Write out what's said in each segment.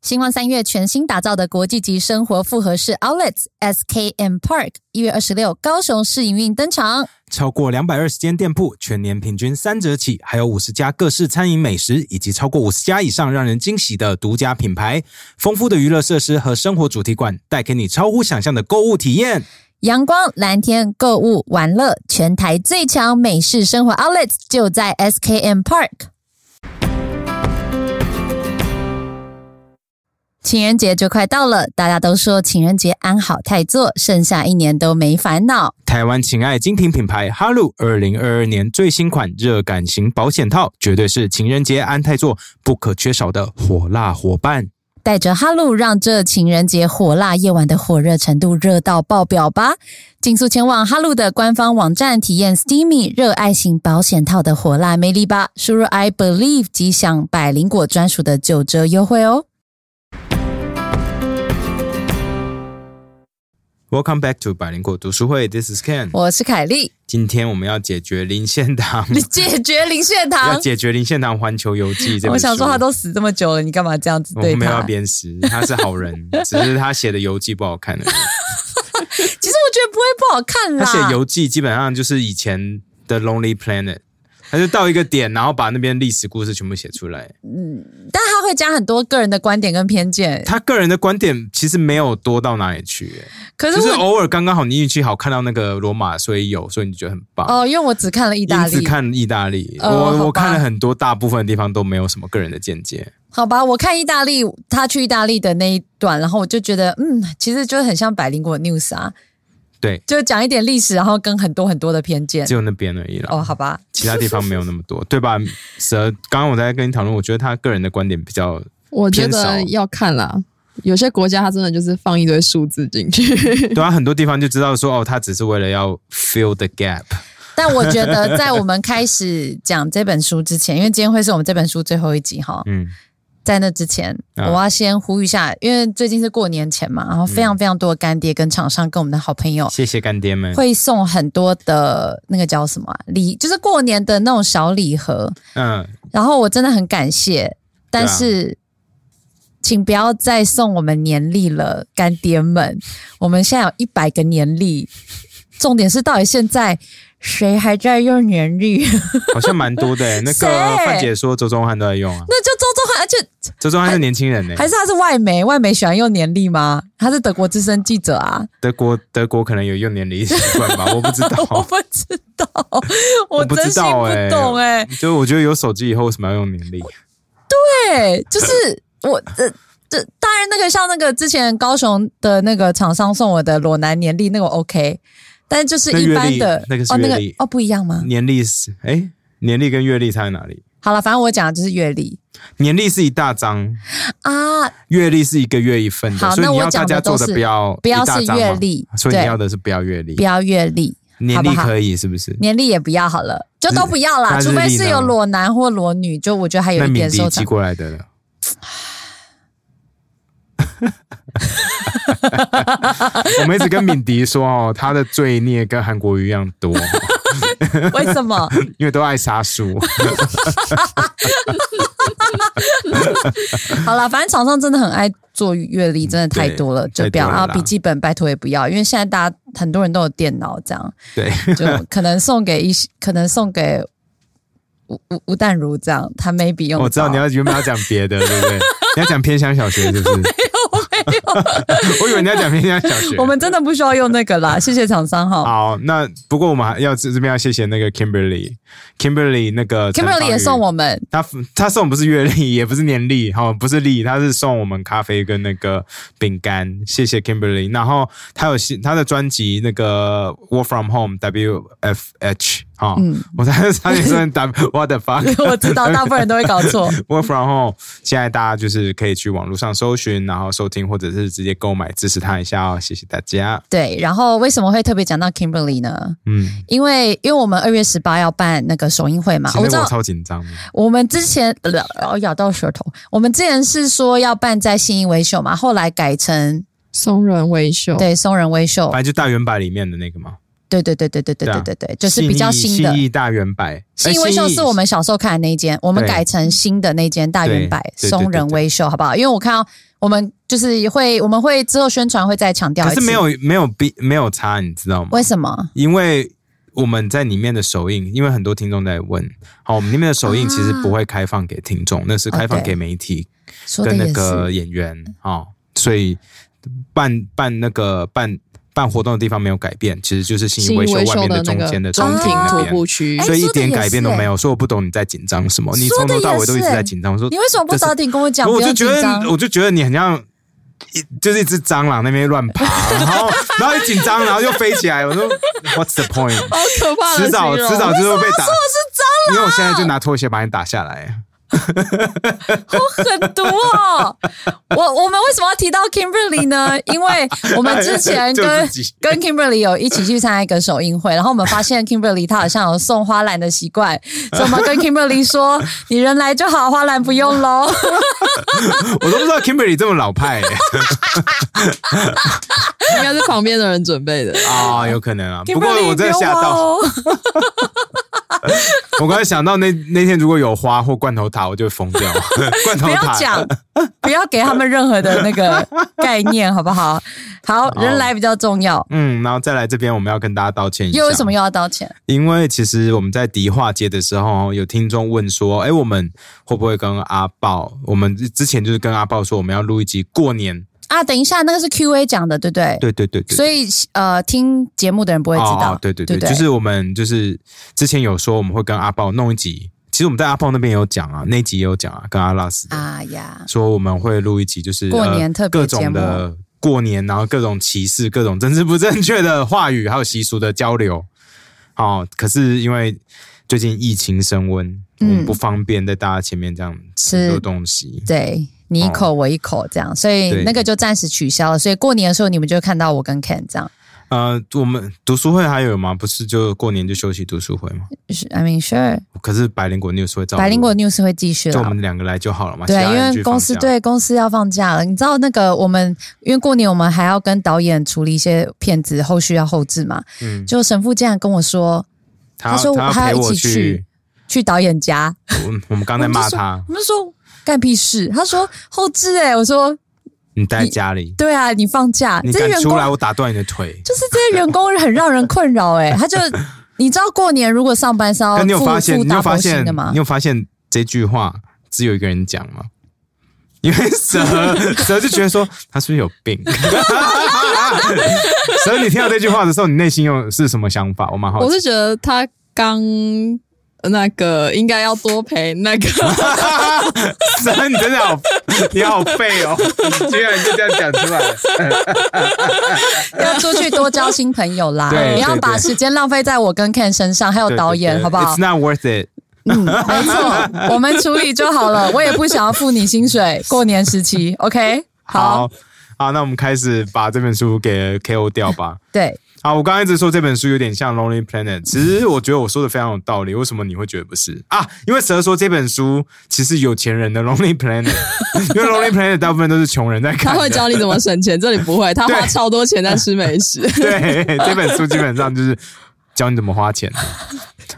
星光三月全新打造的国际级生活复合式 Outlets SKM Park，一月二十六高雄市营运登场。超过两百二十间店铺，全年平均三折起，还有五十家各式餐饮美食，以及超过五十家以上让人惊喜的独家品牌，丰富的娱乐设施和生活主题馆，带给你超乎想象的购物体验。阳光蓝天购物玩乐，全台最强美式生活 Outlets 就在 SKM Park。情人节就快到了，大家都说情人节安好太座，剩下一年都没烦恼。台湾情爱精品品牌哈鲁二零二二年最新款热感型保险套，绝对是情人节安泰座不可缺少的火辣伙伴。带着哈露，让这情人节火辣夜晚的火热程度热到爆表吧！尽速前往哈露的官方网站体验 Steamy 热爱型保险套的火辣魅力吧！输入 I believe 即享百灵果专属的九折优惠哦！ Welcome back to 百灵果读书会，This is Ken。我是凯莉，今天我们要解决林献堂，解决 林血嗯要糖。解决林献堂《环球游记》这本我想说，书他都死这么久了，你干嘛这样子我对没有要他？鞭尸，他是 好人，只是他写的游记不好看而已。其实我觉得不会不好看他啦。写游记基本上就是以前的 Lonely Planet，他就到一个点，然后把那边历史故事全部写出来。但他会加很多个人的观点跟偏见。他个人的观点其实没有多到哪里去，可欸是就是我偶尔刚刚好你运气好看到那个罗马，所以有，所以你就觉得很棒。哦，因为我只看了意大因此利，看意大利，哦好吧我我看了很多，大部分的地方都没有什么个人的见解。好吧，我看意大利，他去意大利的那一段，然后我就觉得，嗯，其实就很像百灵果 news 啊，对，就讲一点历史，然后跟很多很多的偏见只。有那边而已啦。哦，好吧，其他地方没有那么多，对吧？蛇，刚刚我在跟你讨论，我觉得他个人的观点比较我觉偏少得要看啦。有些国家它真的就是放一堆数字进去， 对啊，很多地方就知道说哦，他只是为了要 fill the gap。 但我觉得在我们开始讲这本书之前，因为今天会是我们这本书最后一集哈，嗯，在那之前，啊我要先呼吁一下，因为最近是过年前嘛，然后非常嗯非常多的干爹跟厂商跟我们的好朋友谢谢干爹们。会送很多的那个叫什么啊礼，就是过年的那种小礼盒，嗯，然后我真的很感谢，但是、啊请不要再送我们年历了，干爹们，我们现在有一百个年历，重点是到底现在谁还在用年历？ 好像蛮多的、欸。那谁个范姐说周宗翰都在用啊，那就周周汉，而且周宗翰是年轻人呢、欸还是他是外媒，外媒喜欢用年历吗？他是德国资深记者啊，德国德国可能有用年龄习惯 吧，我不知我道。不知道，哦我不真知心道不欸懂哎、就我觉得有手机以后为什么要用年龄？对，就是我这这当然那个像那个之前高雄的那个厂商送我的裸男年历那个我 OK，但就是一般的那阅历那个是哦阅那历个哦不一样吗？年历是哎、年历跟阅历差在哪里？好了，反正我讲的就是阅历年历是一大张，啊，阅历是一个月一份的，好所以那你我要大讲的家都做的是不要不要一大是张阅嘛历所以你对要的是不要阅历不，要阅历，年好历不好可以是不是？年历也不要好了，就都不要啦，那日历除呢非是有裸男或裸女，就我觉得还有那一敏点迪收寄藏。过来 的了。我们一直跟敏迪说哦，他的罪孽跟韩国瑜一样 多， 为什么？因为都爱 杀树。好了，反正厂商真的很爱做阅历，真的太多了，对就不要太多了啦啊！笔记本拜托也不要，因为现在大家很多人都有电脑，这样对，就可能送给一些，可能送给吴吴吴淡如这样，他 maybe 用得我知道到你要原本要讲别的，对 不对？你要讲偏乡小学是不是？ 我以为你要讲偏乡小 学。我们真的不需要用那个啦，谢谢厂商哈。好，那不过我们还要这这边要谢谢那个 Kimberly，Kimberly 那个 Kimberly 也送我。我们， 他他送不是月历， 也不是年历，哈、不是历，他是送我们咖啡跟那个饼干，谢谢 Kimberly。然后他有新他的专辑那个 Work From Home W F H 哈、我才差点说 W What the fuck，嗯 我知道大部分人都会搞错。 Work from home，现在大家就是可以去网络上搜寻，然后收听，或者是直接购买，支持他一下哦，谢谢大家。对，然后为什么会特别讲到 Kimberly 呢？嗯，因为因为我们二月十八要办那个首映会嘛，其啊我知实我道超紧张的，我们之前呃咬到舌头，我们之前是说要办在信义维秀嘛，后来改成松仁维秀。对松仁维秀反，正就大圆白里面的那个嘛，对对对对对对对对啊对对，就是比较新的信。义大圆呃白，新义威秀是我们们小时候看的那一间，我们哎对改成新的那间大圆柏对对对松仁威秀，好不好？因为我看到我们就是会，我们会之后宣传会再强调一可次。是没有没有比没有差，你知道吗？为什么？因为我们在里面的首映，因为很多听众在问，好，我们里面的首映其实不会开放给听众，那是开放啊哦对给媒体说的跟也那是，个演员哦，所以办办那个办办活动的地方没有改变，其实就是新信义义维修维外修面的那中个间的中中庭庭那徒那步边。区哎，所以一说得点也改变都是哎没有，所以我不懂你在紧张什么。你说从得头到也尾都一直是在紧张，我说你为什么不这是早点跟我讲？我不就用觉紧张得，。我就觉得你很像一，就是一只蟑螂那边乱 爬，然后然后一紧张，然后就飞起来。我说 What's the point？好可怕的迟早形哦迟容早就是会被打。因为我现在就拿拖鞋把你打下来。狠毒哦！我我们为什么要提到 Kimberly 呢？因为我们之前 就跟自己跟 Kimberly 有一起去参加一个首映会，然后我们发现 Kimberly 她好像有送花篮的习惯，所以我们跟 Kimberly 说：“你人来就好，花篮不用喽。我都不知道 Kimberly 这么老派欸 应该是旁边的人准备的。啊，有可能啊。” 不过 Kimberly 我不真的用吓花到，哦。我刚才想到那那天如果有花或罐头塔，我就会疯掉。 罐头不要塔讲，不要给他们任何的那个概念，好不好？好，人来比较重要。嗯，然后再来这边，我们要跟大家道歉一下。又为什么又要道歉？因为其实我们在迪化街的时候，有听众问说：“哎，我们会不会跟阿豹？我们之前就是跟阿豹说，我们要录一集过年。啊，等一下，那个是 Q A 讲的，对不对？对”对对对所以呃，听节目的人不会知道，哦哦对对对对，不就是我们就是之前有说我们会跟阿豹弄一集，其实我们在阿豹那边也有讲啊，那一集也有讲啊，跟阿拉斯的、啊呀，说我们会录一集，就是过年呃特别各节目种的过年，然后各种歧视、各种政治不正确的话语，还有习俗的交流。哦，可是因为最近疫情升温，嗯我们不方便在大家前面这样吃吃很多东西。对你一口我一口这样，所以对那个就暂时取消了。所以过年的时候你们就看到我跟 Ken 这样呃，我们读书会还有吗？不是就过年就休息读书会吗？是，I mean sure，可是百灵果 news 会照录百灵果 news 会继续就我了。们两个来就好了嘛。对，啊其他因人为去公放司假，对公司要放假了，你知道那个我们因为过年我们还要跟导演处理一些片子，后续要后置嘛。嗯，就神父竟然跟我说他他说他还陪要一我起去去导演家，我我们刚才我们就骂说他，我们就说干屁事，他说后置哎、我说你待在家里，对啊，你放假，你这敢员出工来，我打断你的腿。就是这些员工很让人困扰 哎、他就你知道过年如果上班是要但你有付发现，付你有发 double 现薪的吗，你？有发现这句话只有一个人讲吗？因为蛇蛇就觉得说他是不是有病？蛇，你听到这句话的时候，你内心有是什么想法？我蛮好我奇。是觉得他刚呃那个应该要多陪那 个蛇，你真的好，你好废哦！你居然就这样讲出来了，哦 要出去多交新朋友啦， 对不要对把对时间浪费在我跟 Ken 身上，还有导演，好不好？It's？not worth it。嗯，没错，我 们处理就好了，我也不想要付你薪水。过年时期，OK，好，好，好，那我们开始把这本书给 KO 掉吧。对，啊，我刚刚一直说这本书有点像《Lonely Planet》，其实我觉得我说的非常有道理。为什么你会觉得不是啊？因为蛇说这本书其实有钱人的《Lonely Planet》，因为《Lonely Planet》大部分都是穷人在看他的。会教你怎么省钱，这里 不会，他花对超多钱在吃美食。 对，这本书基本上就是教你怎么花钱。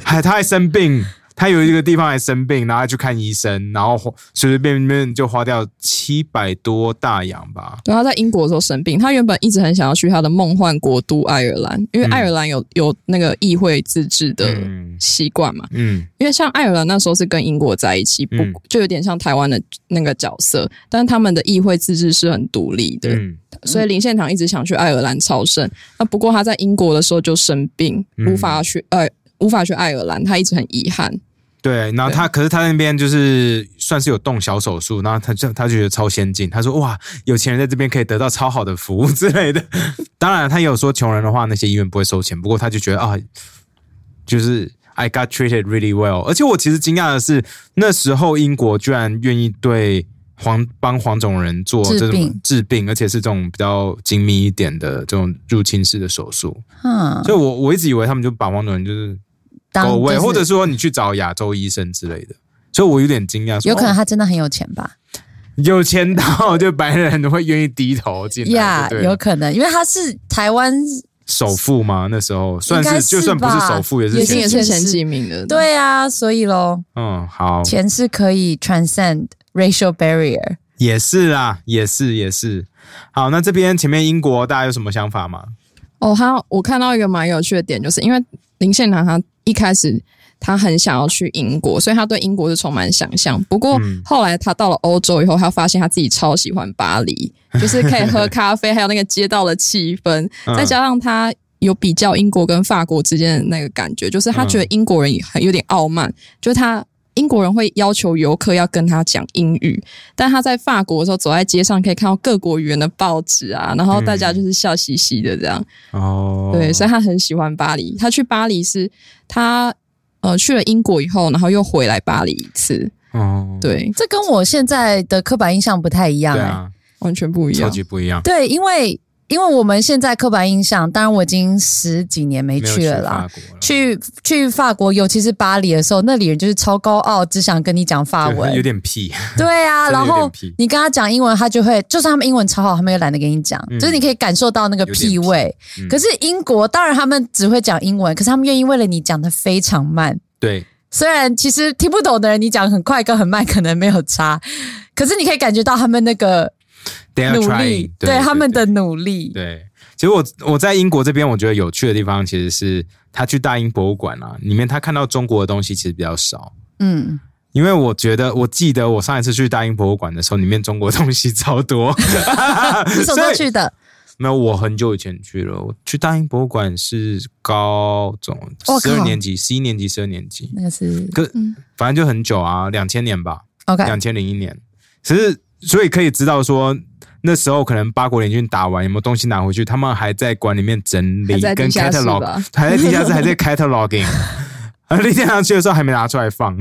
还他还生病，他有一个地方还生病，然后他去看医生，然后花随随便便就花掉七百多大洋吧。对，他在英国的时候生病，他原本一直很想要去他的梦幻国都爱尔兰，因为嗯爱尔兰有有那个议会自治的嗯习惯嘛。嗯因为像爱尔兰那时候是跟英国在一起，不嗯就有点像台湾的那个角色，但是他们的议会自治是很独立的，嗯所以林献堂一直想去爱尔兰朝圣。那不过他在英国的时候就生病，嗯无法去呃无法去爱尔兰，他一直很遗憾。对，然后他可是他那边就是算是有动小手术，然后他就他就觉得超先进，他说哇，有钱人在这边可以得到超好的服务之类的。当然，他也有说穷人的话，那些医院不会收钱，不过他就觉得啊，就是 I got treated really well。而且我其实惊讶的是，那时候英国居然愿意对黄帮黄种人做治这种病治病，而且是这种比较精密一点的这种入侵式的手术。嗯，所以我我一直以为他们就把黄种人就是当狗位，就是或者说你去找亚洲医生之类的。所以我有点惊讶，说有可能哦他真的很有钱吧？有钱到就白人会愿意低头进来呀就对了有可能，因为他是台湾首富吗？那时候算应该是是就算不是吧首富也是也前是也也是是前几名的，，对啊，所以喽，嗯好钱是可以 transcend racial barrier。也是啦，也是也是好。那这边前面英国大家有什么想法吗？哦，他我看到一个蛮有趣的点，就是因为林献堂他一开始他很想要去英国，所以他对英国是充满想象。不过嗯后来他到了欧洲以后，他发现他自己超喜欢巴黎，就是可以喝咖啡， 还有那个街道的气氛，嗯再加上他。有比较英国跟法国之间的那个感觉，就是嗯他觉得英国人也很有点傲慢，就是他英国人会要求游客要跟他讲英语，但他在法国的时候走在街上可以看到各国语言的报纸啊，然后大嗯家就是笑嘻嘻的这样，哦，对，啊所以他很喜欢巴黎。他去巴黎是他呃去了英国以后，然后又回来巴黎一次，哦，对，这跟我现在的刻板印象不太一样、对欸。啊，完全不一超样。级不一样，对，因为因为我们现在刻板印象，当然我已经十几年没没有去了啦。法国了，去去法国，尤其是巴黎的时候，那里人就是超高傲，只想跟你讲法就 有文。点屁，对啊，真的然有点后屁你跟他讲英文，他就会，就算他们英文超好，他们也懒得跟你讲，嗯就是你可以感受到那个有点屁味。屁嗯可是英国当然他们只会讲英文，可是他们愿意为了你讲的非常慢。对，虽然其实听不懂的人，你讲很快跟很慢可能没有差，可是你可以感觉到他们那个 they are 努 trying，力，对他们的努力。对，其实我我在英国这边，我觉得有趣的地方其实是他去大英博物馆啊，里面他看到中国的东西其实比较少。嗯，因为我觉得，我记得我上一次去大英博物馆的时候，里面中国东西超多。 你什么时所候以去的？没有，我很久以前去了。我去大英博物馆是高中我靠十二年级、十一年级、十二年级，那个是可反正就很久啊，两千年吧， OK，两千零一年。其实，所以可以知道说，那时候可能八国联军打完，有没有东西拿回去？他们还在馆里面整理还在，地跟下室 catalog，吧还在地下室，还在 cataloging。而那天上去的时候还没拿出来放，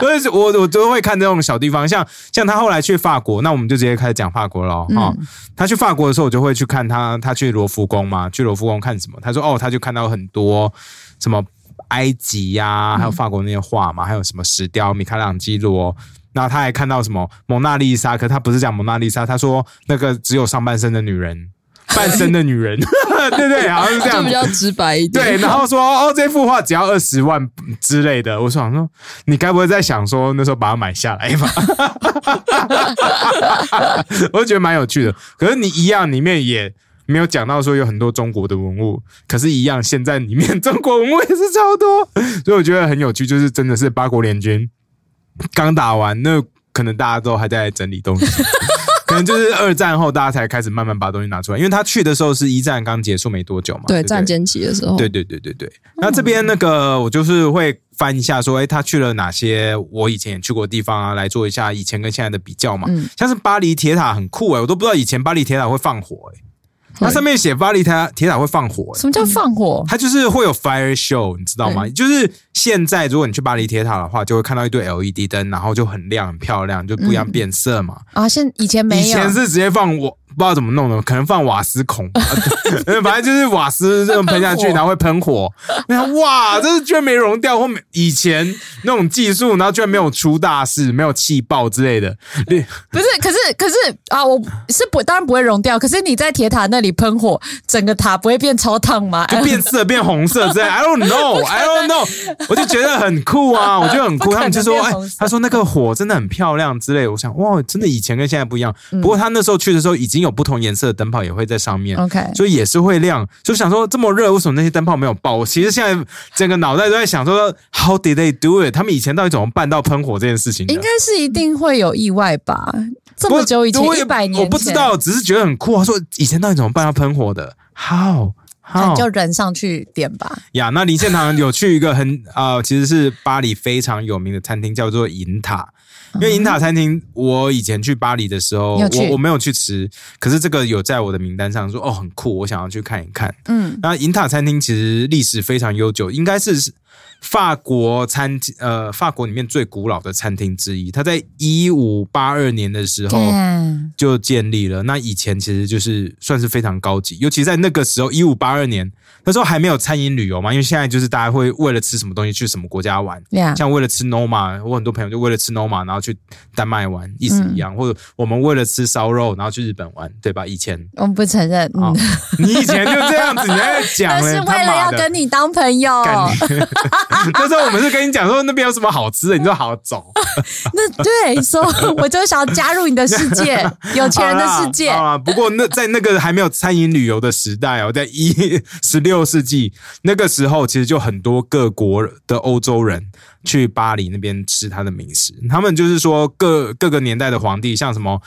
所以我我都会看这种小地方，像像他后来去法国，那我们就直接开始讲法国了嗯哈、哦他去法国的时候，我就会去看他，他去罗浮宫嘛，去罗浮宫看什么？他说哦，他就看到很多什么埃及呀、嗯还有法国那些画嘛，还有什么石雕米开朗基罗。然后他还看到什么蒙娜丽莎，可他不是讲蒙娜丽莎，他说那个只有上半身的女人，半身的女人， 对不对？好像是这 就样比子。较直白一点。对，然后说哦，这幅画只要二十万之类的。我想说，你该不会在想说那时候把它买下来吧？ 我就觉得蛮有趣的。可是你一样里面也没有讲到说有很多中国的文物，可是，一样现在里面 中国文物也是超多，所以我觉得很有趣，就是真的是八国联军刚打完，那可能大家都还在整理东西。 可能就是二战后，大家才开始慢慢把东西拿出来，因为他去的时候是一战刚结束没多久嘛，对不站间期的时候，对对对对对。那这边那个我就是会翻一下说，哎，他去了哪些我以前也去过的地方啊，来做一下以前跟现在的比较嘛。嗯像是巴黎铁塔很酷哎、我都不知道以前巴黎铁塔会放火哎、它上面写巴黎铁塔铁塔会放火、哎什么叫放火？它就是会有 fire show，你知道吗？就是现在，如果你去巴黎铁塔的话，就会看到一堆 LED 灯，然后就很亮、很漂亮，就不一样变色嘛。啊，现以前没有，以前是直接放我不知道怎么弄的，可能放瓦斯孔， 呃反正就是瓦斯这种喷下去，喷火然后会喷火。然后哇，这是居然没融掉，或没以前那种技术，然后居然没有出大事，没有气爆之类的。你不是？可是可是啊，我是不当然不会融掉，可是你在铁塔那里喷火，整个塔不会变超烫吗？就变色变红色之类，I don't know，I don't know，我就觉得很酷啊，我觉得很不酷。可能他们就说，变哎红色，他说那个火真的很漂亮之类的。我想，哇，真的以前跟现在不一样。嗯不过他那时候去的时候，已经有不同颜色的灯泡也会在上面哎 OK 所以也是会亮。就想说这么热，为什么那些灯泡没有爆？我其实现在整个脑袋都在想说，How did they do it？他们以前到底怎么办到喷火这件事情的？应该是一定会有意外吧？这不么久以前，我也一百年前我不知，道，只是觉得很酷啊。说以前到底怎么办到喷火的？How？那 how？你就人上去点吧。呀那林献堂有去一个很呃，其实是巴黎非常有名的餐厅，叫做银塔。因为银塔餐厅，我以前去巴黎的时候，嗯你有去我我没有去吃，可是这个有在我的名单上说，哦，很酷，我想要去看一看。嗯，那银塔餐厅其实历史非常悠久，应该是法国餐呃法国里面最古老的餐厅之一，它在一五八二年的时候干就建立了。那以前其实就是算是非常高级，尤其在那个时候一五八二年，那时候还没有餐饮旅游嘛，因为现在就是大家会为了吃什么东西去什么国家玩。呀，像为了吃 Noma，我很多朋友就为了吃 Noma，然后去丹麦玩，意思一样；或者我们为了吃烧肉，然后去日本玩，对吧？以前我们不承认，啊、嗯，你以前就这样子，你还在 讲但呢，是他为了妈要的跟你哦当朋友，干你 那时候我们是跟你讲说那边有什么好吃的，你就好走。 那对，所以我就想加入你的世界， 有钱人的世界啊！不过那在那个还没有餐饮旅游的时代哦，在 一十六世纪那个时候，其实就很多各国的欧洲人去巴黎那边吃他的美食。他们就是说各各个年代的皇帝，像什么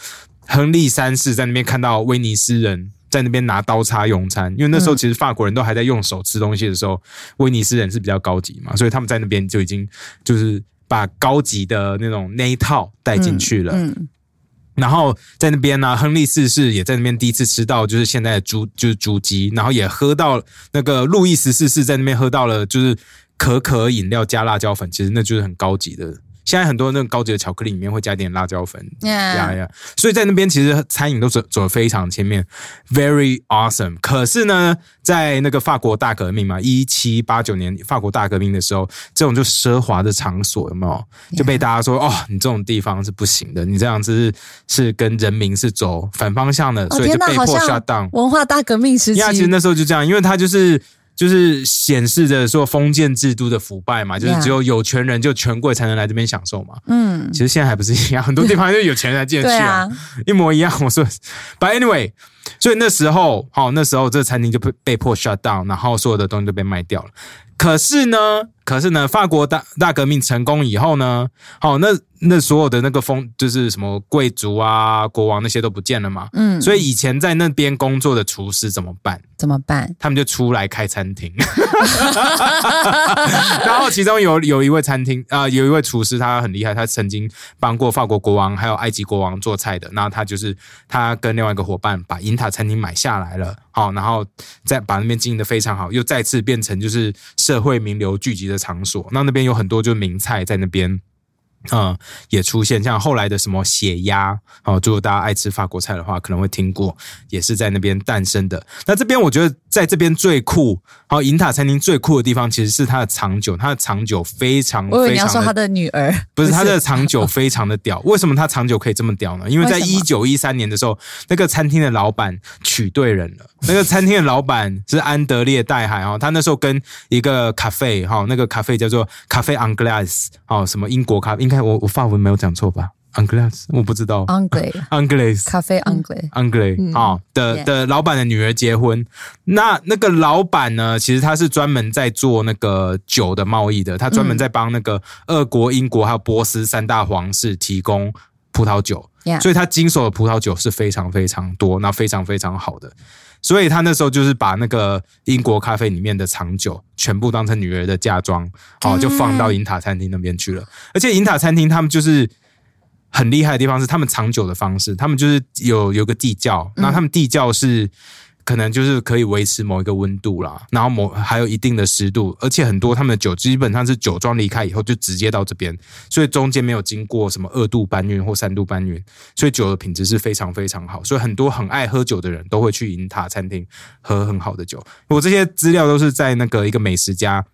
亨利三世，在那边看到威尼斯人。在那边拿刀叉用餐，因为那时嗯候其实法国人都还在用手吃东西的时候，威尼斯人是比较高级嘛，所以他们在那边就已经就是把高级的那种那一套带进去了。嗯，然后在那边呢、亨利四世也在那边第一次吃到就是现在的猪，就是猪鸡，然后也喝到那个路易十四世在那边喝到了就是可可饮料加辣椒粉，其实那就是很高级的。现在很多那种高级的巧克力里面会加一点辣椒粉，呀呀，呀，所以在那边其实餐饮都走走得非常前面，very awesome。可是呢，在那个法国大革命嘛，一七八九年法国大革命的时候，这种就奢华的场所有没有就被大家说哦，你这种地方是不行的，你这样子是是跟人民是走反方向的，哦所以就天哪被好迫像 shut down。文化大革命时期因为他其实那时候就这样，因为他就是就是显示着说封建制度的腐败嘛，就是只有有权人就权贵才能来这边享受嘛。嗯，其实现在还不是一样，很多地方就有钱人才进得去对啊， 一模一样。我说，But anyway，所以那时候，好、那时候这餐厅就被被迫 shut down，然后所有的东西都被卖掉了。可是呢，可是呢，法国大大革命成功以后呢，好、那那所有的那个风就是什么贵族啊、国王那些都不见了嘛。嗯，所以以前在那边工作的厨师怎么办？怎么办？他们就出来开餐厅， 然后其中有有一位餐厅啊、呃有一位厨师，他很厉害，他曾经帮过法国国王还有埃及国王做菜的。那他就是他跟另外一个伙伴把银塔餐厅买下来了，好，然后再把那边经营的非常好，又再次变成就是社会名流聚集的场所。那那边有很多就是名菜在那边。嗯，也出现像后来的什么血鸭哦，如果大家爱吃法国菜的话，可能会听过，也是在那边诞生的。那这边我觉得在这边最酷，好、银塔餐厅最酷的地方其实是它的长酒，它的长酒非常我以为嗯非你要说常他的的女 儿，不是它的长酒非常的屌。为什么它长酒可以这么屌呢？因为为在一什九一三年的时候，那个餐厅的老板娶对人 了。那个餐厅的老板是安德烈戴海哦，他那时候跟一个咖啡哈，那个咖啡叫做咖啡 on glass 哦，什么英国咖，应该我我法文没有讲错吧？on glass 我不知道 Anglais on glass 咖啡 Anglais，安格雷啊的 Yeah 的老板的女儿结婚，那那个老板呢，其实他是专门在做那个酒的贸易的，他专门在帮那个俄国、英国还有波斯三大皇室提供葡萄酒， Yeah 所以他经手的葡萄酒是非常非常多，那非常非常好的。所以他那时候就是把那个英国咖啡里面的长酒全部当成女儿的嫁妆，哦，就放到银塔餐厅那边去了。而且银塔餐厅他们就是很厉害的地方是他们藏酒的方式，他们就是有有个地窖，那他们地窖是。可能就是可以维持某一个温度啦，然后某还有一定的湿度，而且很多他们的酒基本上是酒庄离开以后就直接到这边，所以中间没有经过什么二度搬运或三度搬运，所以酒的品质是非常非常好，所以很多很爱喝酒的人都会去银塔餐厅喝很好的酒。我这些资料都是在那个一个美食家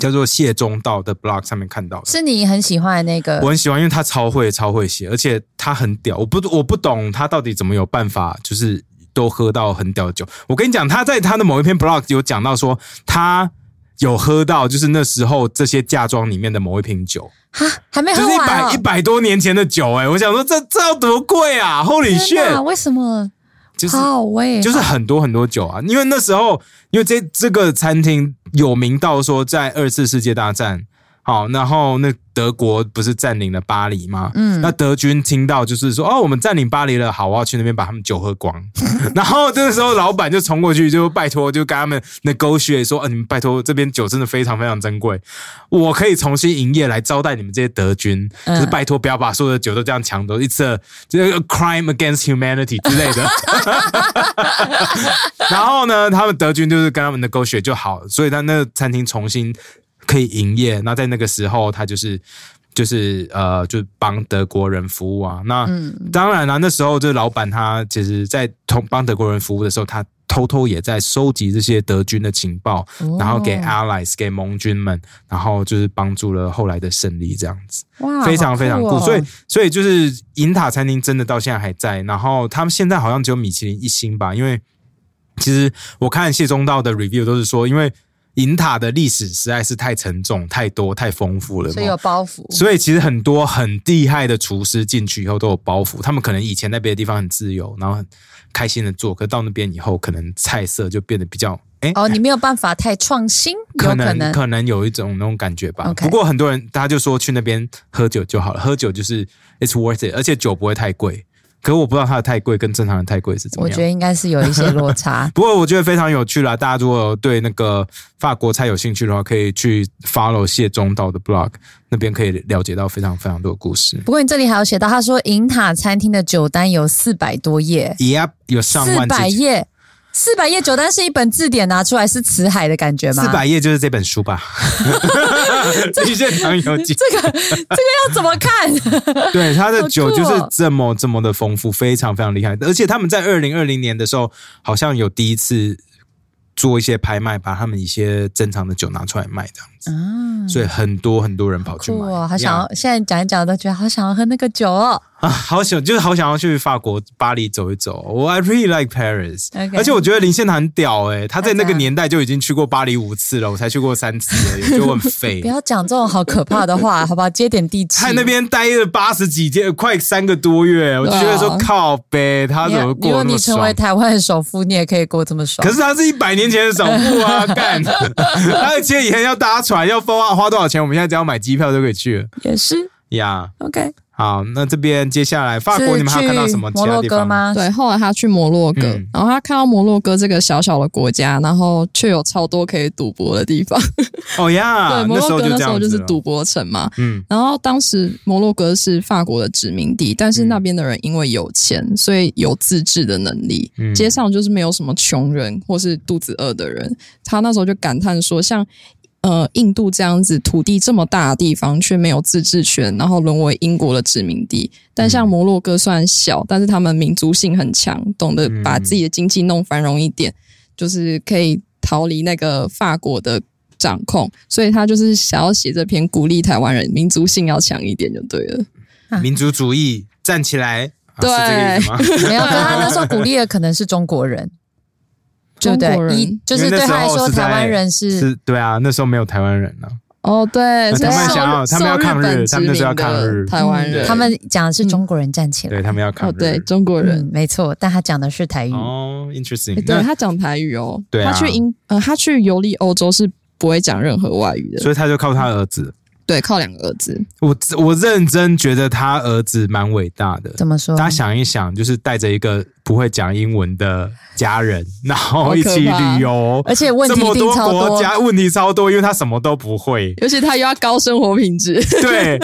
叫做谢中道的 blog 上面看到的。是你很喜欢的那个我很喜欢，因为他超会超会写，而且他很屌。我不我不懂他到底怎么有办法，就是都喝到很屌的酒。我跟你讲，他在他的某一篇 blog 有讲到说，他有喝到就是那时候这些嫁妆里面的某一瓶酒，哈，还没就喝是一完百哦一。百多年前的酒、欸。哎，我想说这这要多贵啊！Holy 天哪 shit！为什么？就是好喂，就是很多很多酒啊，因为那时候，因为这这个餐厅有名到说，在二次世界大战，好，然后那德国不是占领了巴黎吗？嗯，那德军听到就是说，哦，我们占领巴黎了，好，我要去那边把他们酒喝光。 然后这个时候，老板就冲过去，就拜托，就跟他们 negotiate 说，啊，你们拜托，这边酒真的非常非常珍贵，我可以重新营业来招待你们这些德军，嗯就是拜托不要把所有的酒都这样抢走，一次这个 crime against humanity 之类的。 然后呢，他们德军就是跟他们的狗血就好了，所以他那个餐厅重新可以营业。那在那个时候，他就是就是呃，就帮德国人服务啊。那、当然啦、啊那时候这老板他其实，在同帮德国人服务的时候，他偷偷也在收集这些德军的情报，哦然后给啊 allies 给盟军们，然后就是帮助了后来的胜利，这样子。啊哇非常非常酷。好哦所以所以就是银塔餐厅真的到现在还在，然后他们现在好像只有米其林一星吧，因为其实我看谢宗道的 review 都是说，因为银塔的历史实在是太沉重、太多、太丰富了嘛，所以有包袱。所以其实很多很厉害的厨师进去以后都有包袱，他们可能以前在别的地方很自由，然后很开心的做，可是到那边以后，可能菜色就变得比较哎。哦，你没有办法太创新，有可可能能可能有一种那种感觉吧。 OK 不过很多人大家就说去那边喝酒就好了，喝酒就是 it's worth it，而且酒不会太贵。可是我不知道它的太贵跟正常的太贵是怎么我样。。觉得应该是有一些落差 不过我觉得非常有趣啦，大家如果对那个法国菜有兴趣的话，可以去 follow 谢中道的 blog，那边可以了解到非常非常多的故事。不过你这里还有写到，他说银塔餐厅的酒单有四百多页， Yep，有上四万字百页，四百页酒单是一本字典拿出来是辞海的感觉吗？四百页就是这本 书吧， 《极限糖油记》。这 个这个要怎么看？ 对，他的酒好酷就哦是这么这么的丰富，非常非常厉害。而且他们在二零二零年的时候，好像有第一次做一些拍卖，把他们一些珍藏的酒拿出来卖，这样子。所以很多很多人跑去酷买，哦，啊好想呀要现在讲一讲都觉得好想要喝那个酒哦。啊，好想就是好想要去法国巴黎走一走。我 I really like Paris，、 OK 而且我觉得林宪堂很屌诶、他在那他这个样年代就已经去过巴黎五次了，我才去过三次而已，就我很废 不。要讲这种好可怕的 话，好不好？接点地气。他在那边待了八十几天，快三个多月，我就觉得说对啊靠呗，他你啊怎要，么如过果得那你么成爽为？台湾的首富，你也可以过这么爽。可是他是一百年前的首富 啊，干！ 而且以前要搭船，要花花多少钱？我们现在只要买机票就可以去了也是呀。 OK。好，那这边接下来法是国，你们还有看到什么去其摩他洛地哥方？吗？对，后来他去摩洛哥，嗯然后他看到摩洛哥这个小小的国家，然后却有超多可以赌博的地方。哦呀对，，摩那洛时候哥就那这时候样就是子了。赌博城嘛。嗯，然后当时摩洛哥是法国的殖民地，但是嗯那边的人因为有钱，所以有自制的能力。嗯街上就是没有什么穷人或是肚子饿的人。他那时候就感叹说，像呃印度这样子土地这么大的地方，却没有自治权，然后沦为英国的殖民地。但嗯像摩洛哥虽然小，但是他们民族性很强，懂得把自己的经济弄繁荣一点，就是可以逃离那个法国的。掌控，所以他就是想要写这篇鼓励台湾人民族性要强一点就对了。民族主义站起来，啊对是这个意思吗？没 有，可是他那时候鼓励的可能是中国人，对不中国对？人一就是因为对那时他来候说，是在台湾人是 是，对啊，那时候没有台湾人呢。哦，对，所以他们受想要他们要受抗日本他们殖就是要民的抗日台湾人，他们讲的是中国人站起来对。他们要抗哦，日。对，中国人，嗯，没错，但他讲的是台语。哦，interesting 诶。对那他讲台语哦，对啊他去英呃，他去游历欧洲是不会讲任何外语的，所以他就靠他儿子。对，靠两个儿子，我我认真觉得他儿子蛮伟大的。怎么说大？家想一想，就是带着一个不会讲英文的家人，然后好一可起怕。旅游，而且问 这题一么定多超国家问题超多，因为他什么都不会尤其他又要高生活品质， 对，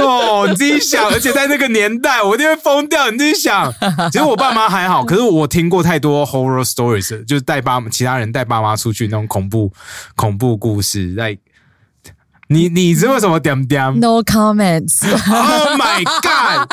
哦，你自己想，而且在那个年代，我一定会疯掉。你自己想，其实我爸妈还好，可是我听过太多 horror stories，就是带爸其他人带爸妈出去那种恐怖恐怖故事。like 你你是为什么点点？ No comments。 Oh my god！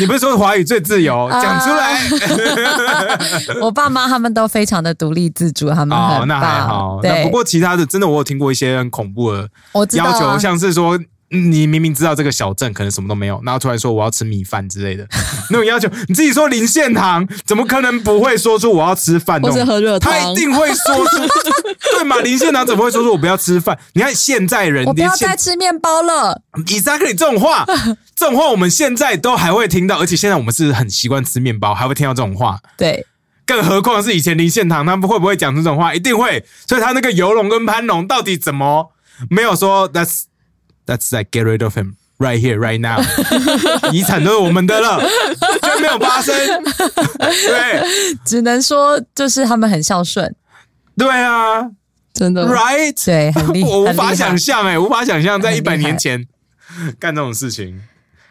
你不是说华语最自由？啊讲出来我爸妈他们都非常的独立自主，他们哦，嗯很那棒。还好。那对，不过其他的，真的我有听过一些很恐怖的我知道要啊、求，像是说。嗯你明明知道这个小镇可能什么都没有，然后突然说我要吃米饭之 类的那种要求，你自己说林献堂怎么可能不会说出我要吃饭这或种？是喝热汤他一定会说 出，对嘛？林献堂怎么会说出我不要吃饭？你看现在人我不连要现再吃面包了。 exactly 这 种话，这种话我们现在都还会听到，而且现在我们是很习惯吃面包，还会听到这种话。对，更何况是以前林献堂，他们会不会讲出这种话？一定会。所以他那个游龙跟潘龙到底怎么没有说 that's that's like get rid of him right here right now，遗产都是我们的了，居然没有 发生。对只能说就是他们很孝顺，对啊真的，right，嗯对，很厉， 我无很厉法害想象哎、无法想象在很一厉害百年前干这种事情。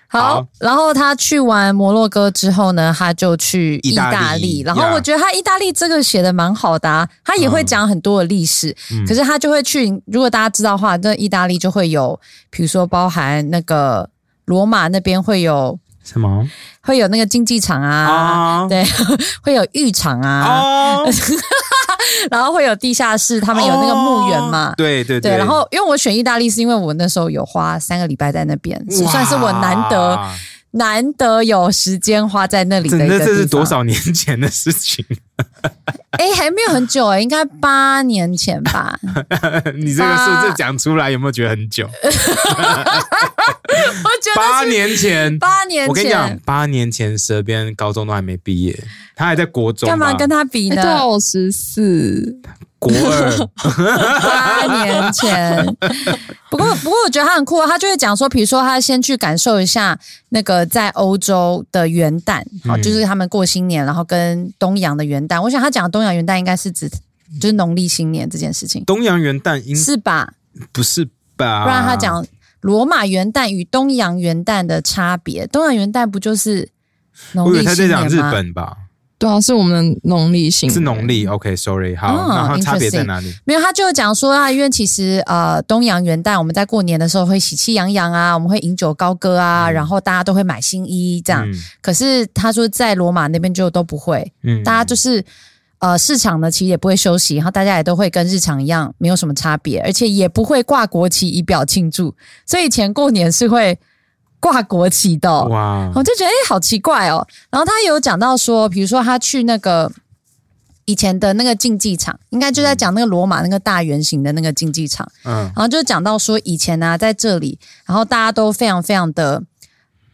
好好，然后他去完摩洛哥之后呢，他就去意大利。意大利然后呀我觉得他意大利这个写的蛮好的、啊，他也会讲很多的历史，嗯可是他就会去。如果大家知道的话，那意大利就会有，比如说包含那个罗马那边会有什么会有那个竞技场啊，啊？对， 会有浴场啊，哦，然后会有地下室，他们有那个墓园嘛。哦对对对，然后因为我选意大利是因为我那时候有花三个礼拜在那边，是哇算是我难得难得有时间花在那里这的一那个这是地多方？少年前的事情？哎，还没有很久哎，应该八年前吧。啊 你这个数字讲出来有没有觉得很久？啊我觉得八年前，八年我跟你讲前，八年前蛇边高中都还没毕业，他还在国中吧，干嘛跟他比哎对啊，呢？我十四，国二八年前。 不过，不过我觉得他很酷，啊，他就会讲说，比如说他先去感受一下那个在欧洲的元旦，好，嗯就是他们过新年，然后跟东洋的元旦。我想他讲的东洋元旦应该是指就是农历新年这件事情，东洋元旦应是吧？不是吧？不然他啊讲罗马元旦与东洋元旦的差别。东洋元旦不就是农我历以为他在新讲年日吗？嗯本吧，对啊，是我们的农历新，是农。历。OK，sorry，、好，哦那它差别 interesting 在哪里？没有，他就讲说啊，因为其实呃，东洋元旦我们在过年的时候会喜气洋洋啊，我们会饮酒高歌啊，然后大家都会买新衣这样。嗯可是他说在罗马那边就都不会，嗯大家就是呃市场呢其实也不会休息，然后大家也都会跟日常一样没有什么差别，而且也不会挂国旗以表庆祝，所以以前过年是会挂国旗的哦、哇，我就觉得哎、诶好奇怪哦。然后他有讲到说，比如说他去那个以前的那个竞技场，应该就在讲那个罗马那个大圆形的那个竞技场，嗯然后就讲到说以前呢、在这里，然后大家都非常非常的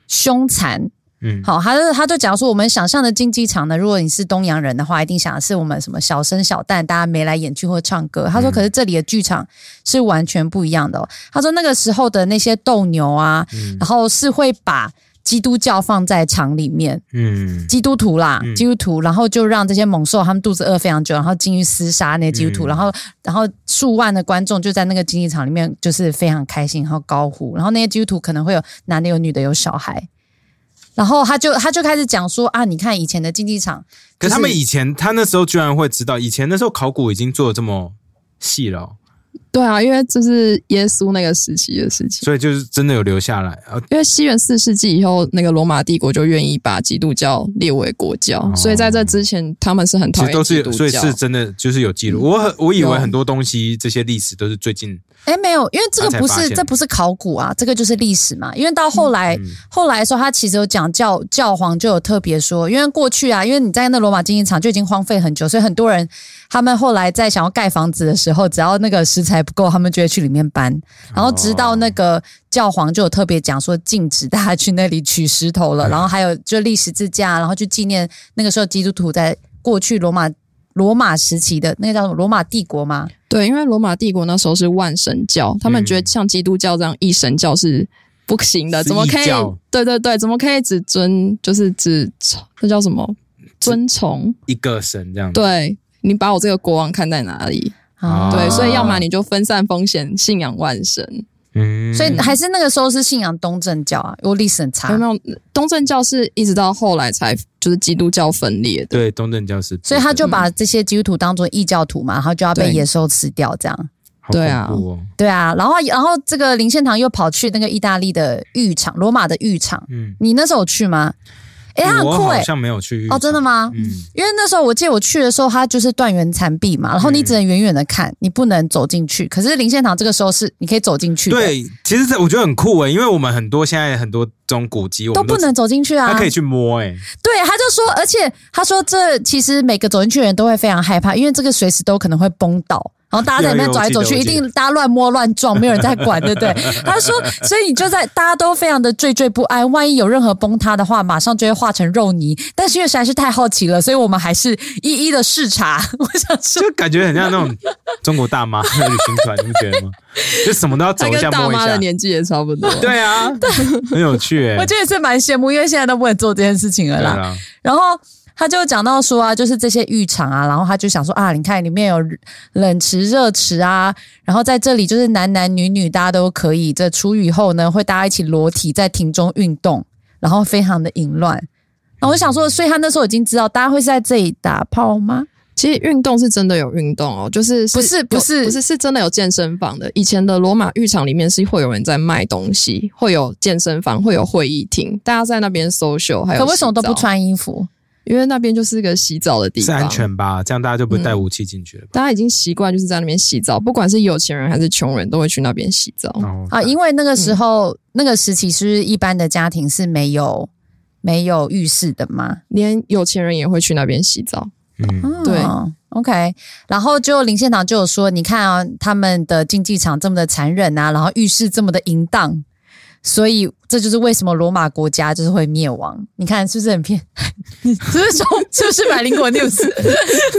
凶残。嗯，好，他就他就讲说，我们想象的竞技场呢，如果你是东洋人的话，一定想的是我们什么小生小旦，大家眉来眼去或唱歌。嗯他说，可是这里的剧场是完全不一样的、哦。他说那个时候的那些斗牛啊，嗯然后是会把基督教放在场里面，嗯基督徒啦，嗯基督徒，然后就让这些猛兽他们肚子饿非常久，然后进去厮杀那些基督徒，嗯然后然后数万的观众就在那个竞技场里面就是非常开心，然后高呼，然后那些基督徒可能会有男的有女的有小孩。然后他就他就开始讲说啊，你看以前的竞技场，可是他们以前，他那时候居然会知道，以前那时候考古已经做的这么细了哦、对啊，因为这是耶稣那个时期的事情。所以就是真的有留下来啊。因为西元四世纪以后，那个罗马帝国就愿意把基督教列为国教，所以在这之前，他们是很哦其讨实都厌是基有，督所以教。是真的，就是有嗯记录。我很我以为有很多东西，这些历史都是最近哎，没有，因为这个他才不发是现这不是考古啊，这个就是历史嘛。因为到后来、嗯后来的时候，他其实有讲教教皇就有特别说，因为过去啊，因为你在那罗马竞技场就已经荒废很久，所以很多人他们后来在想要盖房子的时候，只要那个食材不够，他们就会去里面搬。然后直到那个教皇就有特别讲说，禁止大家去那里取石头了，然后还有就立十字架，然后去纪念那个时候基督徒在过去罗马罗马时期的那个叫什么罗马帝国吗？对，因为罗马帝国那时候是万神教，他嗯们觉得像基督教这样一神教是不行的，是怎么可异以教？对对对，怎么可以只尊就是只那叫什么尊崇？一个神这样。，对你把我这个国王看在哪里？啊对，所以要么你就分散风险，信仰万神。嗯所以还是那个时候是信仰东正教啊，我历史很差有。没有东正教是一直到后来才就是基督教分裂的？对东正教是，所以他就把这些基督徒当做异教徒嘛，然后就要被对野兽吃掉，这样好恐对啊怖哦对啊。然后，然后这个林献堂又跑去那个意大利的浴场，罗马的浴场。嗯，你那时候有去吗？诶，他很我酷好诶。像没有去哦，真的吗？吗？嗯，因为那时候我记得我去的时候，它就是断垣残壁嘛，然后你只能远远的看，你不能走进去。可是林献堂这个时候是你可以走进去的，，对，其实这我觉得很酷诶，因为我们很多现在很多这种古迹，我都们不能走进去啊。他可以去摸诶。对，他就说，而且他说这其实每个走进去的人都会非常害怕，因为这个随时都可能会崩倒。然后大家在那边走来走去，一有有我记得定大家乱摸乱撞，没有人在管，对不 对？他说，所以你就在大家都非常的惴惴不安，万一有任何崩塌的话，马上就会化成肉泥。但是因为实在是太好奇了，所以我们还是一一的视察。我想说，就感觉很 像那种中国大妈旅行团，你不觉得吗？就什么都要走他一跟下大摸一妈下的，年纪也差不多。对啊，很有趣诶。我觉得也是蛮羡慕，因为现在都不能做这件事情了对啊啦。啦，然后他就讲到说啊，就是这些浴场啊，然后他就想说啊，你看里面有冷池、热池啊，然后在这里就是男男女女大家都可以。这出狱后呢，会大家一起裸体在庭中运动，然后非常的淫乱。然后我想说，所以他那时候已经知道大家会是在这里打炮吗？其实运动是真的有运动哦，就是不是有不是不是是真的有健身房的。以前的罗马浴场里面是会有人在卖东西，会有健身房，会有会议厅，大家在那边 social，还有可为什么都不洗澡？穿衣服？因为那边就是个洗澡的地是方，安全吧？这样大家就嗯不会带武器进去了吧？大家已经习惯就是在那边洗澡，不管是有钱人还是穷人，都会去那边洗澡。哦啊，因为那个时候、那个时期是不是一般的家庭是没有没有浴室的嘛？连有钱人也会去那边洗澡。嗯，嗯对，OK。然后就林献堂就有说，你看啊，他们的竞技场这么的残忍啊，然后浴室这么的淫荡，所以这就是为什么罗马国家就是会灭亡。你看是不是很偏？ 你是不是从是不是百灵果 news？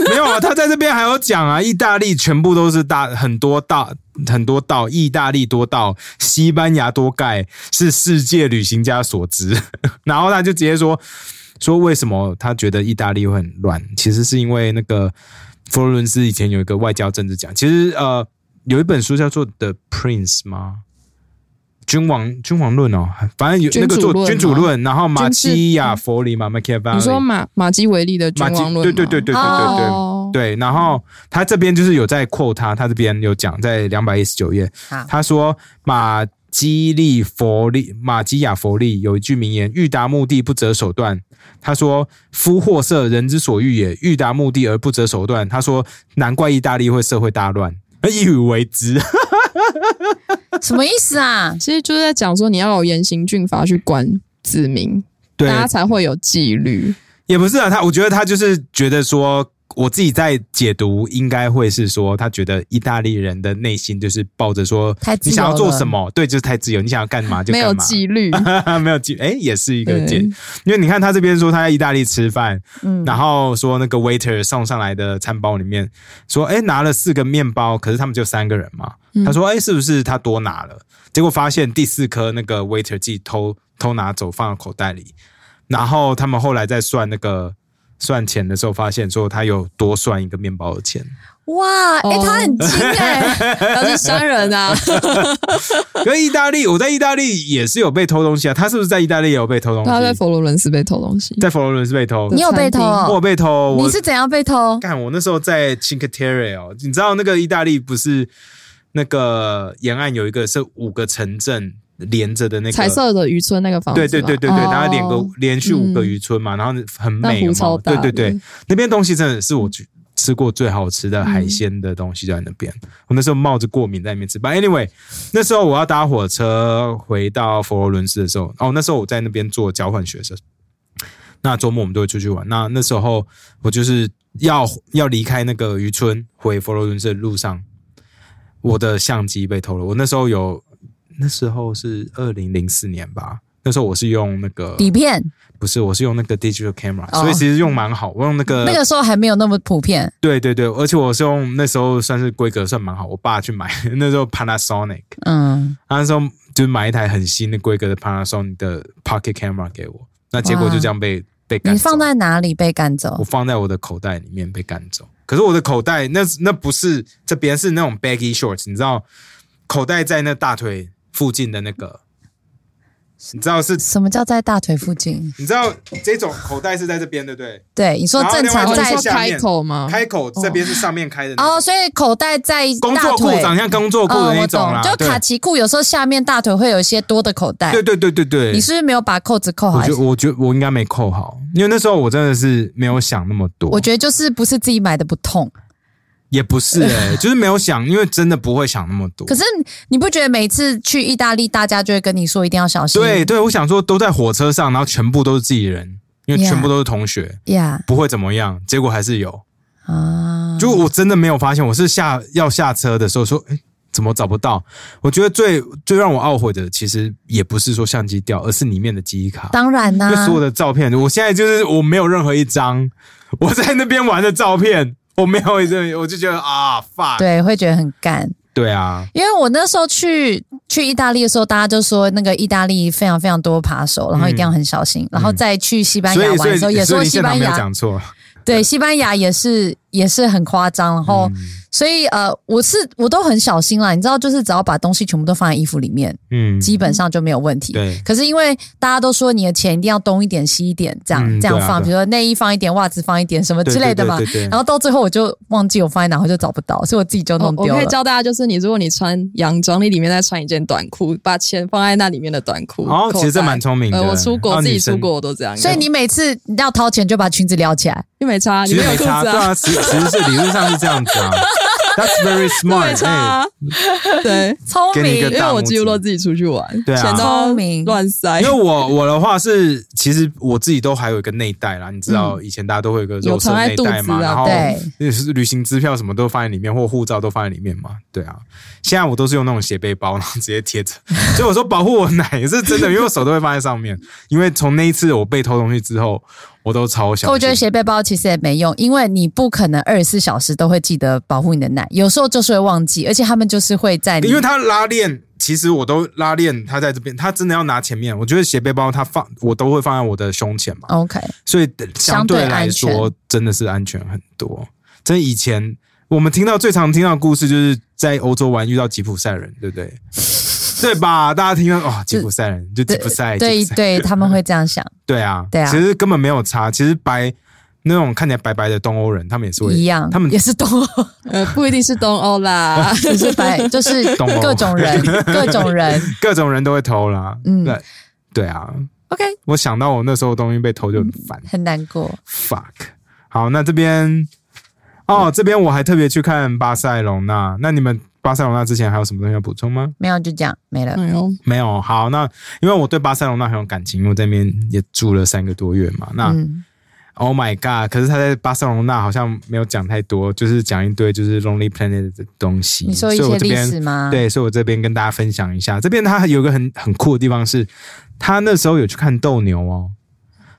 没有啊，他在这边还有讲啊，意大利全部都是大很多大很多道，意大利多道，西班牙多盖，是世界旅行家所知。 然后他就直接说说为什么他觉得意大利会很乱，其实是因为那个佛罗伦斯以前有一个外交政治奖，其实呃有一本书叫做《The Prince》吗？君王君王论哦，反正有那个君主做论君主吗论，然后马君嗯基雅佛里嘛，马基亚你说马马基维利的君哎马基王论对吗？对对对对对对。哦对，然后他这边就是有在 quote 他，他这边有讲在两百一十九页，好，他说马基利佛利马基亚佛利有一句名言：欲达目的不择手段。他说夫或色，人之所欲也；欲达目的而不择手段。他说难怪意大利会社会大乱，哎一以为之。什么意思啊？其实就是在讲说，你要有严刑峻法去管子民，对，大家才会有纪律。也不是啊，他我觉得他就是觉得说，我自己在解读应该会是说，他觉得意大利人的内心就是抱着说太，自你由了想要做什么，对，就是太自由，你想要干嘛就没干嘛，有纪律， 没有记，哎、也是一个对解，因为你看他这边说他在意大利吃饭，嗯，然后说那个 waiter 送上来的餐包里面说，哎、拿了四个面包，可是他们就三个人嘛，嗯他说，哎、是不是他多拿了？结果发现第四颗那个 waiter 自己偷偷拿走放到口袋里，然后他们后来在算那个。算钱的时候发现说他有多算一个面包的 钱，哇，哎、哦他很精哎、他是商人啊。 可是意大利我在意大利也是有被偷东西啊，他是不是在意大利也有被偷东西？ 他在佛罗伦斯被偷东西，在佛罗伦斯被偷，你有被偷我有哦？被偷，我你是怎样被偷？干，我那时候在 Cinque Terre 哦，你知道那个意大利不是那个沿岸有一个是五个城镇连着的那个彩。色的渔村那个房子吧，对对对对对，哦然后连个连续五个渔村嘛，然后很那美，有湖没有超大嗯对的，对对，那边东西真的是我去吃过最好吃的嗯海鲜的东西就在那边。我那时候冒着过敏在那边吃饭。Anyway，那时候我要搭火车回到佛罗伦斯的时候，哦，那时候我在那边做交换学生。那周末我们都会出去玩。那那时候我就是要要离开那个渔村回佛罗伦斯的路上，我的相机被偷了。我那时候有，那时候是二零零四年吧。那时候我是用那个底片不是，我是用那个 digital camera，、哦所以其实用蛮好。我用那个那个时候还没有那么普遍，对对对，而且我是用那时候算是规格算蛮好，我爸去买 那时候 Panasonic，嗯，他那时候就买一台很新的规格的 Panasonic 的 Pocket Camera 给我，那结果就这样被被赶走。你放在哪里被赶走我？放在我的口袋里面被赶走，可是我的口袋那那不是这边是那种 baggy shorts，你知道，口袋在那大腿附近的那个，你知道是，什么叫在大腿附近？你知道这种口袋是在这边对不对？对，你说然后正另外常一哦，种你在是说开口吗？开口这边是上面开的那种哦，所以口袋在工大作裤腿长像工作裤的哦，那我种啦，懂，就对卡其裤有时候下面大腿会有一些多的口袋。对对对对对，你是不是没有把扣子扣好？我还觉是得我觉得我应该没扣好，因为那时候我真的是没有想那么多，我觉得就是不是自己买的不痛，也不是哎、就是没有想，因为真的不会想那么多。可是你不觉得每次去意大利，大家就会跟你说一定要小心？对对，我想说都在火车上，然后全部都是自己人，因为 Yeah 全部都是同学，呀不会怎么样，结果还是有。啊，就我真的没有发现，我是下要下车的时候说，哎、怎么找不到？我觉得最最让我懊悔的，其实也不是说相机掉，而是里面的记忆卡。当然啦、因为所有的照片，我现在就是我没有任何一张 我在那边玩的照片，我没有一张，我就觉得啊 fuck，对，会觉得很干。对啊，因为我那时候去去意大利的时候，大家就说那个意大利非常非常多扒手，然后一定要很小心。然后再去西班嗯所牙玩以所的以时所候，以也说你西现场班没有牙讲错，对西班牙也是也是很夸张。然后、嗯所以呃，我是我都很小心啦，你知道，就是只要把东西全部都放在衣服里面，嗯，基本上就没有问题。对可是因为大家都说你的钱一定要东一点西一点，这样、嗯这样对啊放，对啊比如说内衣放一点，袜子放一点，什么对之类的嘛。对对对对然后到最后我就忘记我放在哪，我就找不到，所以我自己就我弄哦我丢了。可以教大家，就是你如果你穿洋装，你里面再穿一件短裤，把钱放在那里面的短裤。哦，口其实这袋蛮聪明的。呃，我出国哦自己女生出国我都这样，所以你每次要掏钱就把裙子撩起来，又没差，你其没实有没裤子差，对啊，啊，其实其实是理论上是这样 子啊。That's very 又没 smart，差哎，啊， 对，聪给你一明个。因为我几乎都自己出去玩，对啊钱聪都明乱塞哎因为。我我的话是，其实我自己都还有一个内袋啦，你知道以前大家都会有一个肉嗯有色藏在内袋嘛，肚子啊然后对就是旅行支票什么都放在里面，或护照都放在里面嘛，对啊。现在我都是用那种斜背包，然后直接贴 着，所以我说保护我奶也是真的，因为我手都会放在上面，因为从那一次我被偷东西之后，我都超小可心。我觉得斜背包其实也没用，因为你不可能二十四小时都会记得保护你的奶，有时候就是会忘记，而且他们就是会在你因为它拉链，其实我都拉链，它在这边，它真的要拿前面。我觉得斜背包它放，我都会放在我的胸前嘛， OK 所以相对哦相对来安全说真的是安全很多。真的以前我们听到最常听到的故事，就是在欧洲玩遇到吉普赛人，对不 对？对吧？大家听到哦，吉普赛人哎就吉普赛，吉对普赛对，他们会这样想，对啊，对啊其实根本没有差。其实白那种看起来白白的东欧人，他们也是会一样，他们也是东欧，呃，不一定是东 欧啦，也是白，就是东欧各种 人，各种人。各种人都会偷啦。嗯对对啊， OK，嗯我想到我那时候东西被偷就很烦。很难过。 Fuck。好，那这边嗯哦，这边我还特别去看巴塞隆纳。那你们巴塞隆纳之前还有什么东西要补充吗？没有就这样没嗯了。哎呦，没有。好，那因为我对巴塞隆纳很有感情，因为我在那边也住了三个多月嘛。那、嗯， Oh my God！可是他在巴塞隆纳好像没有讲太多，就是讲一堆就是 Lonely Planet 的东西。你说一所以些我这历边史吗？，对，所以我这边跟大家分享一下，这边他有一个很很酷的地方是，他那时候有去看斗牛哦，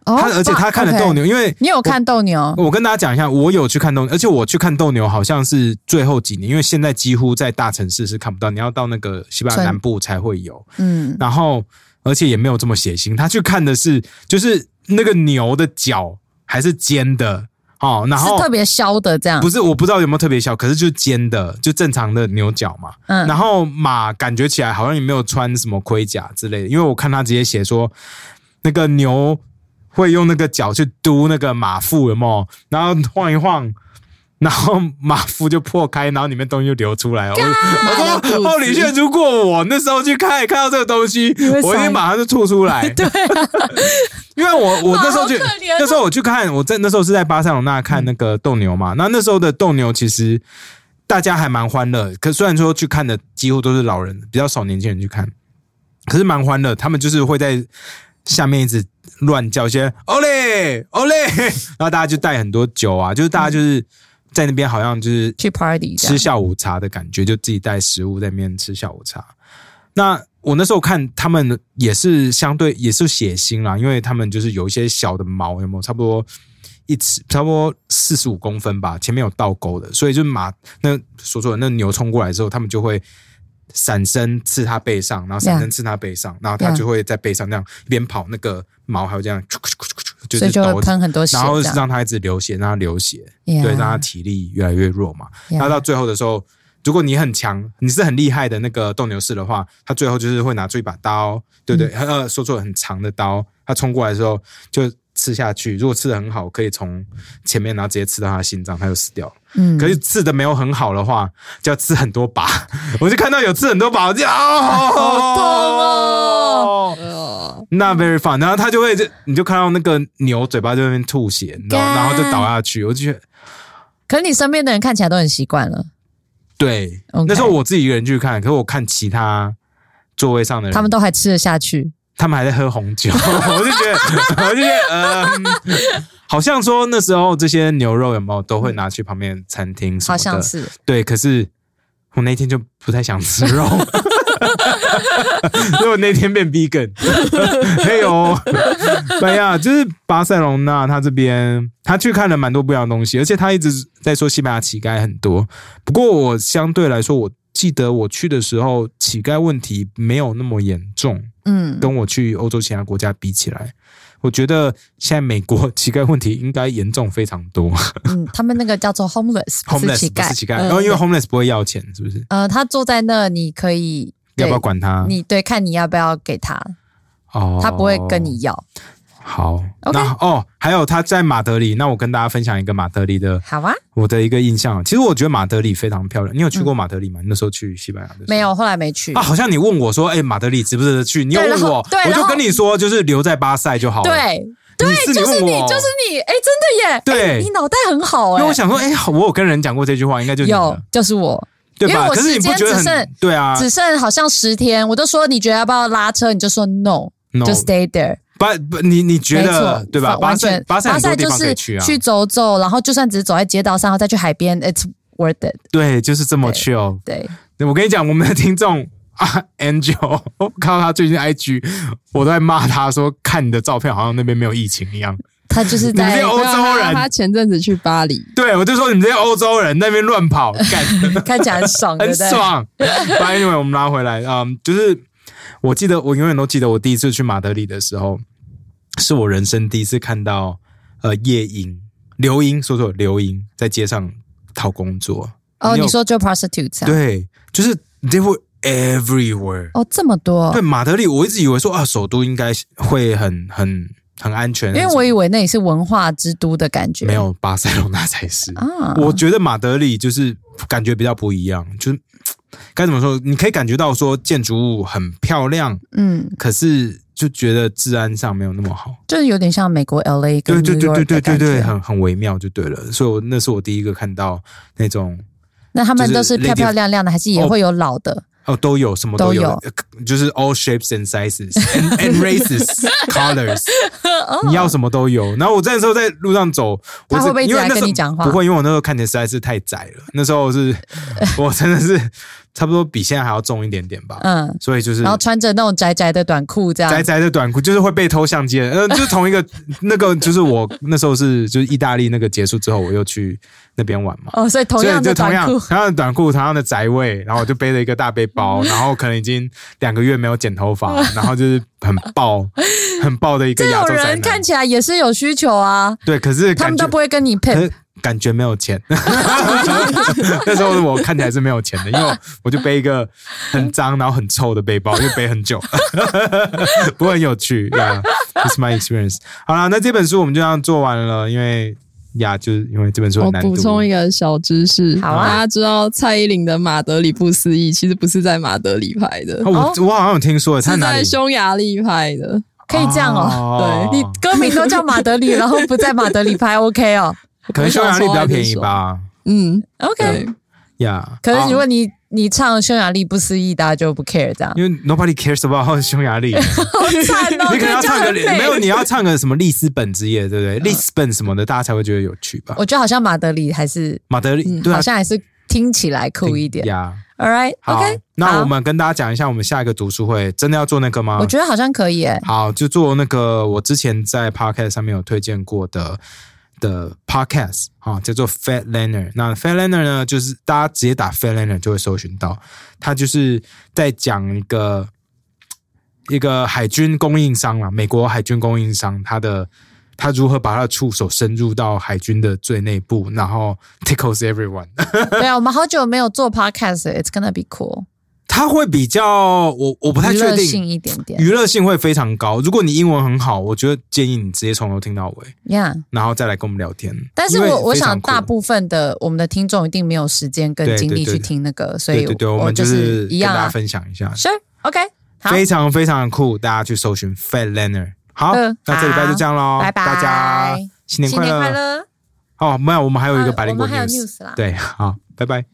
哦他而且他看了斗，哇，OK 牛，因为你有看斗牛？我跟大家讲一下，我有去看斗牛，而且我去看斗牛好像是最后几年，因为现在几乎在大城市是看不到，你要到那个西班牙村南部才会有。嗯，然后，而且也没有这么血腥，他去看的是就是那个牛的脚还是尖的哦，然是后特别削的这样不。是我不知道有没有特别小，可是就是尖的，就正常的牛角嘛。嗯然后马感觉起来好像也没有穿什么盔甲之类的，因为我看他直接写说那个牛会用那个脚去嘟那个马腹，有没有？然后晃一晃。然后马腹就破开，然后里面东西就流出来 了。我马我的肚说：“子哦，李炫，如果我那时候去看看到这个东西会，我一傻定马上就吐出来。”对，因为我我那时候去哇好可怜哦，那时候我去看，我在那时候是在巴塞罗那看那个斗牛嘛。那那时候的斗牛其实大家还蛮欢乐，可虽然说去看的几乎都是老人，比较少年轻人去看，可是蛮欢乐。他们就是会在下面一直乱叫一些 “ole ole”，然 后大家就带很多酒啊，就是大家就是在那边好像就是去 party 这吃样下午茶的感觉，就自己带食物在那边吃下午茶。那我那时候看他们也是相对也是血腥啦，因为他们就是有一些小的毛，有没有差不多一尺，差不多四十五公分吧，前面有倒钩的，所以就马那所说的那牛冲过来之后，他们就会闪身刺他背上，然后闪 Yeah 身刺他背上，然后他 Yeah 就会在背上那样一边跑，那个毛还有这样，就所以是就抖会着，喷很多血然这后样。让他一直流血，让他流血。 Yeah，对，让他体力越来越弱嘛。 yeah 那到最后的时候，如果你很强，你是很厉害的那个斗牛士的话，他最后就是会拿出一把刀，对不对？嗯呃，说错了，很长的刀，他冲过来的时候就刺下去。如果刺的很好，可以从前面然后直接刺到他的心脏，他就死掉了。嗯可是刺的没有很好的话，就要刺很多把。 我就看到有刺很多把，我就啊，好痛哦！呃， Not very fun，然后他就会就你就看到那个牛嘴巴就在那边吐血，然后然后就倒下去，我就觉得可是你身边的人看起来都很习惯了，对 OK 那时候我自己一个人去看，可是我看其他座位上的人，他他们们都还吃得下去。还在喝红酒， 我就觉得， 我就觉得，嗯，好像说那时候这些牛肉有没有都会拿去旁边餐厅什好么的，像是对，可是我那天就不太想吃肉，所以我那天变 vegan。哎呦，对呀，啊就是巴塞隆纳，他这边他去看了蛮多不一样的东西，而且他一直在说西班牙乞丐很多。不过我相对来说，我记得我去的时候，乞丐问题没有那么严重， 嗯，跟我去欧洲其他国家比起来，我觉得现在美国 乞丐问题应该严重非常多。嗯，他们那个叫做 homeless，不是 homeless 乞不丐，是乞丐，嗯然后因为 homeless 不会要钱，是不是？呃，他坐在那，你可以要不要对管他？你对，看你要不要给他，哦，他不会跟你要，好。 OK 那哦，还有他在马德里，那我跟大家分享一个马德里的好啊，我的一个印象。其实我觉得马德里非常漂亮。你有去过马德里吗？你那时候去西班牙的时候嗯没有，后来没去啊？，好像你问我说：“哎、马德里值不值得去？”你有对问然后我，对我然就后跟你说，就是留在巴塞就好了。对，对，是你就是问你，我就是你，哎，真的耶，对哎你脑袋很好因哎为我，想说，哎、好我有跟人讲过这句话，应该就你有了，就是我，对因为吧？我可是你不觉得时间只很对啊只剩好像十天，我都说你觉得要不要拉车，你就说 no， ？No，就 stay there。不不，你你觉没错得，对吧？反巴完塞全巴塞很多地就方可是以去啊，走走，然后就算只是走在街道上，然后再去海边，it's worth it。对，就是这么对 chill。对，我跟你讲，我们的听众 啊，Angel，我看到他最近 IG，我都在骂他说，看你的照片好像那边没有疫情一样。他就是你在这欧洲人哎他前阵子去巴黎，对，我就说你们这些欧洲人那边 乱跑，干看起来很爽，对很不对？爽。But anyway，我们拉回来，嗯，就是我记得，我永远都记得我第一次去马德里的时候，是我人生第一次看到呃夜莺、流莺，说错了，流莺在街上讨工作。哦，你有你说就 prostitutes 啊？对，就是 they were everywhere。哦，这么多对，，马德里，我一直以为说啊，首都应该会很很很安全，因为很什我么以为那里是文化之都的感觉，没有巴塞罗那才是。啊。我觉得马德里就是感觉比较不一样，就是嗯该怎么说，你可以感觉到说建筑物很漂亮，嗯，可是就觉得治安上没有那么好。就是有点像美国 L A 对跟 New 对对 York 的对对对感对，觉。很很微妙就对了。所以我那是我第一个看到那种那他们就都是是漂 lady- 漂亮亮的，还是也会有老的？哦，都有什么都有，有呃就是 all shapes and sizes and, and races colors，你要什么都有。然后我那时候在路上走，我哦他是会不会一直因为来那时候跟你讲话不会，因为我那时候看起来实在是太窄了。那时候 是我真的是差不多比现在还要重一点点吧，嗯，所以就是然后穿着那种窄窄的短裤这样窄。窄的短裤，就是会被偷相机的。嗯、就是同一个那个，就是我那时候是就是意大利那个结束之后，我又去那边玩嘛。哦，所以同所以样就的同短样裤，同样的短裤，同样的宅味，然后我就背了一个大背 包，然后可能已经两个月没有剪头发，然后就是很爆、很爆的一个这亚种洲宅人男看。起来也是有需求啊，对，可是他感们觉都不会跟你可配是感觉没有钱。 那时候我看起来是没有钱的，因为我我就背一个很脏然后很臭的背包，就背很久， 不过很有趣。Yeah, it's my experience。好啦，那这本书我们就这样做完了，因为呀就是因为这本书我很难读。补充一个小知识，好啊大家知道蔡依林的《马德里不思议》其实不是在马德里拍的，哦我我好像有听说，他是哪在里？匈牙利拍的。可以这样哦。哦你歌名都叫马德里，然后不在马德里拍，OK 哦可能匈牙利比较便宜吧？嗯， ，OK。对，呀，可是如啊果你你唱匈牙利不思议，大家就不 care 这样， 因为 nobody cares about 匈 牙利。好惨哦！你可能要唱个可是就很没美嗯有，你要唱个什么里斯本之夜，对不对？里斯本什么的，大家才会觉得有趣吧？我觉得好像马德里还是马德里对啊好，像还是听起来酷一点。呀。 All right, 好 OK，，那好我们啊跟大家讲一下，我们下一个读书会真的要做那个吗我？觉得好像可以 耶。好，就做那个我之前在 podcast 上面有推荐过的的 podcast 啊，叫做 Fat Learner。那 Fat Learner 呢，就是大家直接打 Fat Learner 就会搜寻到，它就是在讲一个一个海军供应商啦，美国海军供应商，它的它如何把它的触手深入到海军的最内部，然后 tickles everyone。 对啊，我们好久没有做 podcast，it's gonna be cool，它会比较我我不太娱确乐性定。一点点。娱乐性会非常高。如果你英文很好，我觉得建议你直接从头听到尾。 Yeah，然后再来跟我们聊天。但是因为我我非常想酷大部分的我们的听众一定没有时间跟对精力对对去听那个，所对以对对，我我们就是一跟样大家啊。分享一下， Sure, OK，好，非常非常酷，大家去搜寻 Fat Leonard。好，嗯那这礼拜就这样喽，拜拜，大家新年新快年乐！快乐！哦，没有，我们还有一个啊百灵我果们还有 news 啦对，好，拜拜。